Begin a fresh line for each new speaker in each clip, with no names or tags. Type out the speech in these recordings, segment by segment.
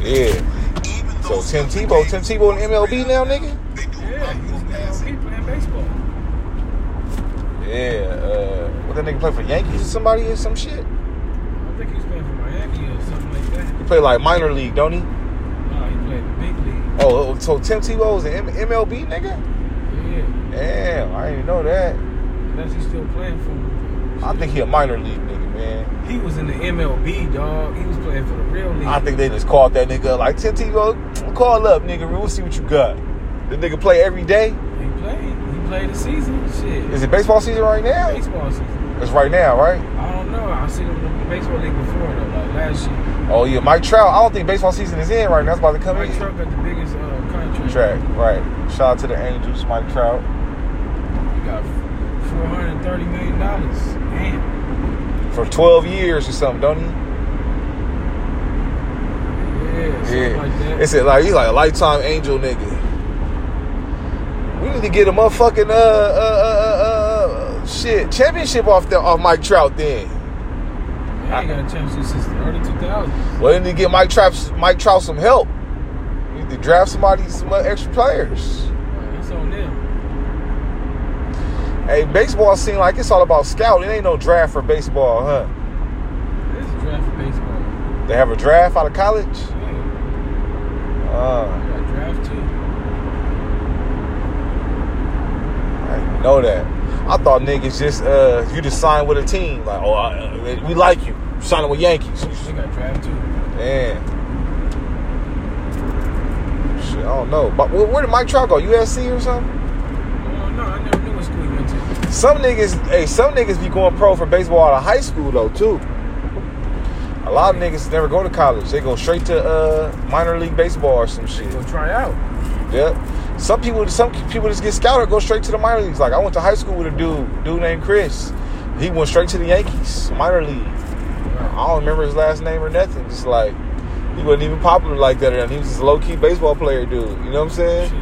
Yeah. So Tim Tebow, Tim Tebow in MLB now, nigga.
Yeah, he was in MLB playing baseball.
Yeah. Uh, what that nigga play for Yankees or somebody or some shit?
I think he was playing for Miami or something like
He
that.
play like minor league, don't he?
No, he played in the big league.
Oh, so Tim Tebow is an M- MLB nigga?
Yeah,
Damn, I didn't know that.
unless he's still playing for.
I think he a minor league nigga, man.
He was in the MLB, dog. He was playing for the real league.
I think they just called that nigga like Tim Tebow, call up nigga, we'll see what you got. This nigga play every day.
he played. He played the season. Shit,
Is it baseball season right now?
baseball season.
It's right now, right?
I don't know. I've seen him in the baseball league before, though, like last year.
Oh yeah, Mike Trout. I don't think baseball season is in right now. It's about to come
Mike
in.
Trout got the biggest uh, contract.
Track, right? Shout out to the Angels, Mike Trout.
He got four hundred thirty million dollars. Damn.
for 12 years or something, don't he?
Yeah, something like that.
It's like he's like a lifetime angel nigga. We need to get a motherfucking uh uh uh, uh, uh shit championship off the off Mike Trout then.
I ain't got a championship since the early two thousands.
Well, we need to get Mike Trout Mike Trout some help. We need to draft somebody some extra players.
It's on them.
Hey, baseball seem like it's all about scouting. It ain't no draft for baseball, huh?
This is draft for baseball.
They have a draft out of college.
Yeah,
Uh,
we got draft too.
I didn't know that. I thought niggas just uh, you just sign with a team like oh I, uh, we like you signing with Yankees.
We got draft too.
Man, shit, I don't know. But where, where did Mike Trout go? USC or something?
Oh no, I never knew what school he went to.
Some niggas, hey, some niggas be going pro for baseball out of high school though too. A lot of niggas never go to college. They go straight to uh, minor league baseball or some shit.
Go try out.
Yeah. Some people, some people just get scouted, go straight to the minor leagues. Like I went to high school with a dude, dude named Chris. He went straight to the Yankees minor league. I don't remember his last name or nothing. Just like he wasn't even popular like that, and he was just a low key baseball player dude. You know what I'm
Shit,
saying?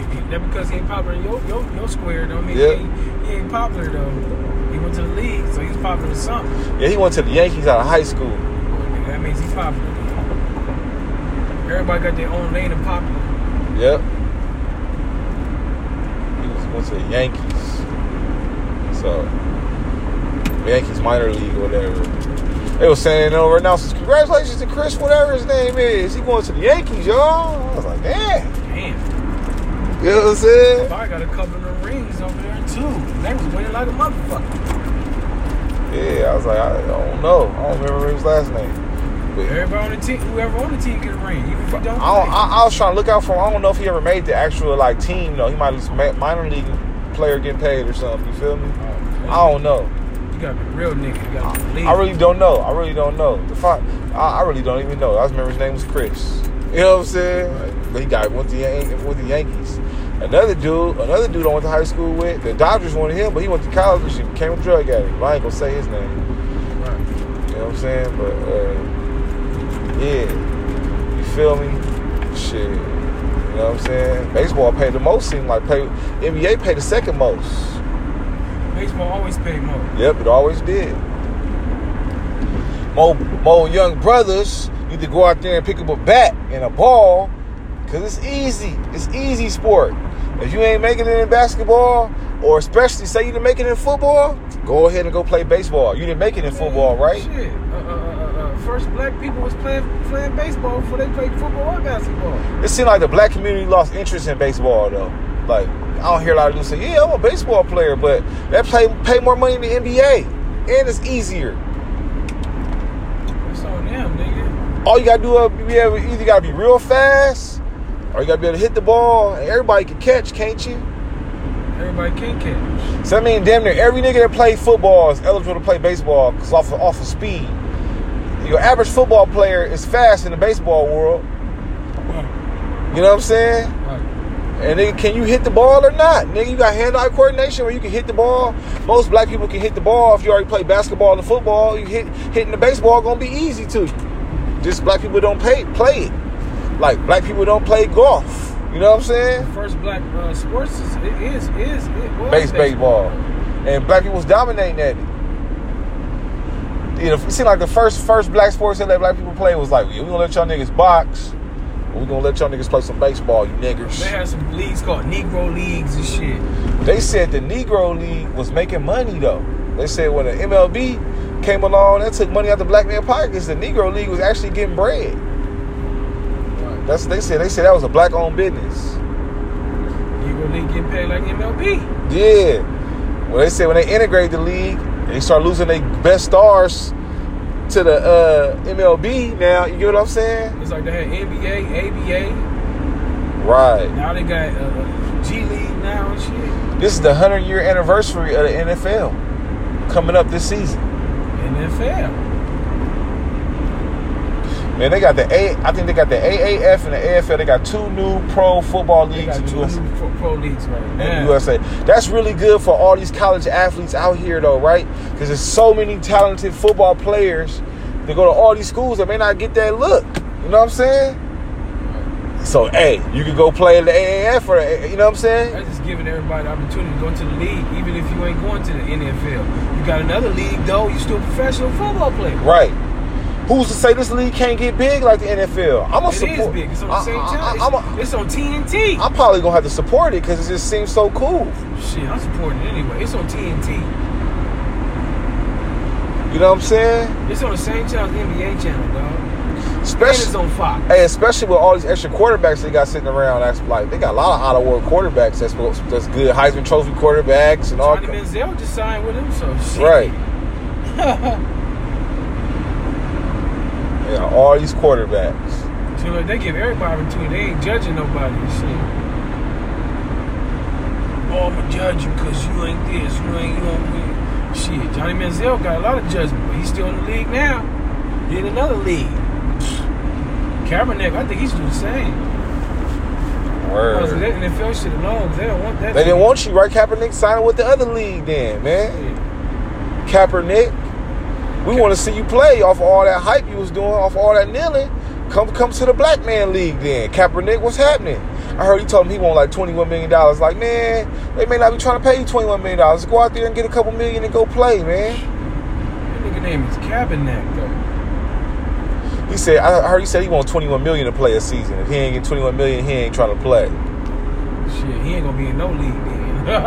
if he- That because he ain't popular in your, your, your square, though. I mean,
Yeah.
he, ain't, he ain't popular, though. He went to the league, so he's popular to something.
Yeah, he went to the Yankees out of high school.
Boy, nigga, that means he's popular. Everybody got their own lane of popular.
Yep. He was went to the Yankees. So Yankees minor league, whatever. They were saying "Oh, over announcements, congratulations to Chris, whatever his name is. He going to the Yankees, y'all. I was like, damn.
Damn.
You know what I'm saying?
I got a couple of them rings over there, too. They was winning like a motherfucker.
Yeah, I was like, I don't know. I don't remember his last name. But
Everybody on the team, whoever on the team get a ring, even if you don't.
I, don't,
play.
I, I was trying to look out for him. I don't know if he ever made the actual like team though. He might have been a minor league player getting paid or something. You feel me?
Oh,
I don't know.
You gotta be a real nigga. You gotta believe.
Uh, I really don't know. I really don't know. The fi- I, I really don't even know. I just remember his name was Chris. You know what I'm saying? But he got went to Yan- with the Yankees. Another dude, another dude I went to high school with. The Dodgers wanted him, but he went to college and she became a drug addict. But I ain't gonna say his name.
Right.
You know what I'm saying? But uh, yeah, you feel me? Shit. You know what I'm saying? Baseball paid the most. Seem like pay NBA paid the second most.
Baseball always pay more.
Yep, it always did. Mo, Mo young brothers need to go out there and pick up a bat and a ball because it's easy. It's easy sport. If you ain't making it in basketball, or especially say you didn't make it in football, go ahead and go play baseball. You didn't make it in football, right?
Shit. Uh, uh, uh, uh, first black people was playing playing baseball before they played football or basketball.
It seemed like the black community lost interest in baseball, though. Like, I don't hear a lot of dudes say, yeah, I'm a baseball player, but that play pay more money in the NBA, and it's easier.
That's on them, nigga.
all you gotta do is be able, you either gotta be real fast or you gotta be able to hit the ball and everybody can catch, can't you?
Everybody can catch.
So I mean damn near every nigga that play football is eligible to play baseball because off of off of speed. Your average football player is fast in the baseball world.
Right.
You know what I'm saying?
Right.
And nigga, can you hit the ball or not? Nigga, you got hand-eye coordination where you can hit the ball. Most black people can hit the ball if you already play basketball and football. You hit hitting the baseball gonna be easy to you. Just black people don't pay, play it. Like black people don't play golf. You know what I'm saying?
First black uh, sports is it is is it was
Base baseball, and black people was dominating at it. You know, it seemed like the first first black sports that let black people play was like, yeah, we gonna let y'all niggas box, We gonna let y'all niggas play some baseball, you
They
niggers.
had some leagues called Negro leagues and shit.
They said the Negro League was making money though. They said when the MLB came along, that took money out the black man pockets. The Negro League was actually getting bread. That's what they said. They said that was a black owned business.
Negro league getting paid like MLB.
Yeah. Well, they said when they integrated the league, they start losing their best stars to the uh, MLB. Now you get what I'm saying?
It's like they had NBA, ABA.
Right.
Now they got uh, G League now and shit.
This is the hundred year anniversary of the NFL coming up this season.
NFL.
Man, they got the A. I think they got the AAF and the AFL. They got two new pro football
They
leagues
got
in
two
USA.
new pro, pro leagues right
in
now.
USA. That's really good for all these college athletes out here, though, right? Because there's so many talented football players that go to all these schools that may not get that look. You know what I'm saying? So, hey, you can go play in the AAF or the- you know what I'm saying?
That's just giving everybody the opportunity to go into the league, even if you ain't going to the NFL. You got another league though. You still a professional football player.
Right. Who's to say this league can't get big like the NFL? I'm a
It
support.
is big. It's on the
I-
same
I- I-
channel.
I'm,
It's, it's on TNT.
am probably gonna have to support it because it just seems so cool.
Shit, I'm supporting it anyway. It's on TNT.
You know what I'm saying?
It's on the same channel as the NBA channel, dog. And
Especially
it's on Fox.
Hey, especially with all these extra quarterbacks they got sitting around, that's like they got a lot of out of world quarterbacks. That's that's good Heisman Trophy quarterbacks and all.
Johnny Manziel just signed with him, so shit.
Right. yeah, all these quarterbacks.
You know, they give everybody opportunity. They ain't judging nobody and shit. Oh, I'ma judge you because you ain't this, you ain't you ain't that. Shit, Johnny Manziel got a lot of judgment, but he's still in the league now. He in another league. Kaepernick, I think he's doing the same. Because that
Word.
NFL shit alone, they don't want that.
They didn't want you, right? Kaepernick signing with the other league, then man.
Yeah.
Kaepernick, we want to see you play off all that hype you was doing, off all that kneeling. Come, come to the black man league then. Kaepernick, what's happening? I heard he told him he won like twenty-one million dollars. Like, man, they may not be trying to pay you twenty-one million dollars. Go out there and get a couple million and go play, man.
That nigga name is Kaepernick, though.
He said, I I heard he said he wants twenty-one million to play a season. If he ain't get twenty-one million, he ain't trying to play. You
Shit, he ain't gonna be in no league then.
know what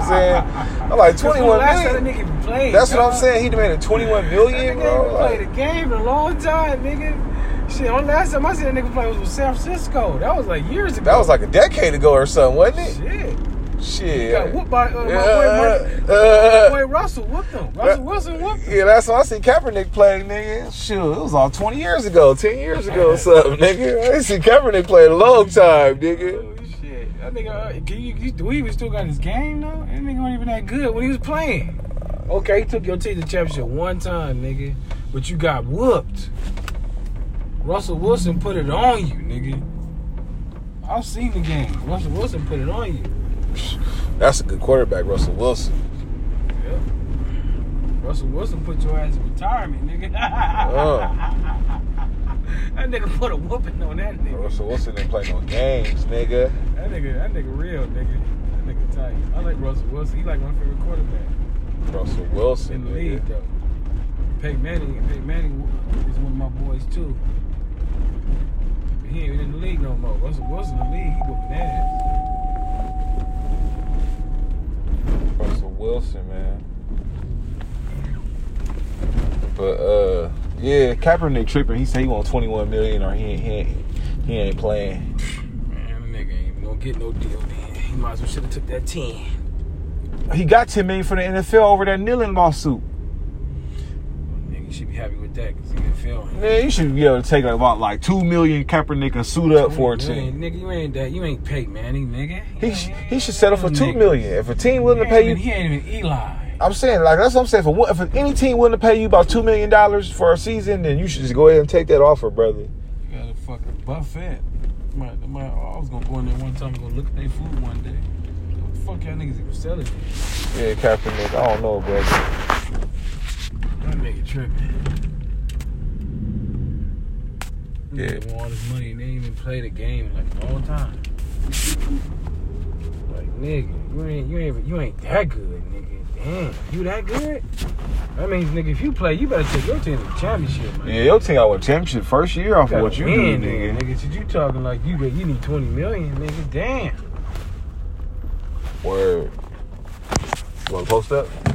I'm saying? I'm like twenty-one
last time
million.
that nigga played.
That's what I'm
dog.
saying. He demanded twenty-one million,
That nigga
bro.
ain't played
Like,
a game in a long time, nigga. Shit, on last time I seen that nigga play was with San Francisco. That was like years ago.
that was like a decade ago or something, wasn't it?
shit.
Shit.
Got whooped by uh, my boy, Mark,
Yeah,
my
uh,
boy Russell. Whooped him. Russell Wilson whooped him.
yeah, that's when I see Kaepernick play, nigga. Shoot, it was all 20 years ago, 10 years ago or something, nigga. I didn't see Kaepernick play in a long time, nigga.
Oh, shit. That nigga, uh, can you, you, do we even still got his game though? That nigga wasn't even that good when he was playing. Okay, he took your team to the championship one time, nigga, but you got whooped. Russell Wilson put it on you, nigga. I've seen the game. Russell Wilson put it on you.
That's a good quarterback, Russell Wilson.
Yep. Russell Wilson put your ass in retirement, nigga. Oh. that nigga put a whooping on that nigga.
Russell Wilson didn't play no games, nigga.
That nigga, that nigga real, nigga. That nigga tight. I like Russell Wilson. He like my favorite quarterback
Russell
in
Wilson,
the league,
nigga.
though. Peyton Manning, Peyton Manning is one of my boys too. But he ain't in the league no more. Russell Wilson in the league, he whooping ass.
Russell Wilson, man. But uh, yeah, Kaepernick tripping. He said he want 21 million or he ain't he ain't, he ain't playing.
Man, that nigga ain't gonna get no deal, man. He might as well should have took that ten.
He got 10 million for the NFL over that kneeling lawsuit.
Nigga should be happy with that because he didn't feel him.
Man, you should be able to take about like two million Kaepernick and suit up for a
You
team.
ain't- Nigga, you ain't that. You ain't Peyton Manning, nigga.
He sh- he should settle for two million if a team willing
He
to pay
ain't
you.
even- He ain't even Eli.
I'm saying like that's what I'm saying. For one, if any team willing to pay you about two million dollars for a season, then you should just go ahead and take that offer, brother.
You got a fucking buffet. My, my, I was gonna go in there one time and go look at their food one day. What the fuck y'all niggas even selling? it?
Yeah, Kaepernick. I don't know, brother.
That nigga tripping.
Yeah.
Nigga want all this money and they ain't even play the game like the whole time. Like nigga, you ain't you ain't you ain't that good, nigga. Damn, you that good? That means, nigga, if you play, you better take your team to the championship, man.
Yeah, your team got a championship first year off of
Gotta
what you
win,
do,
nigga.
nigga.
Nigga, shit, you talking like you you need twenty million, nigga? Damn.
Word. You want to post up?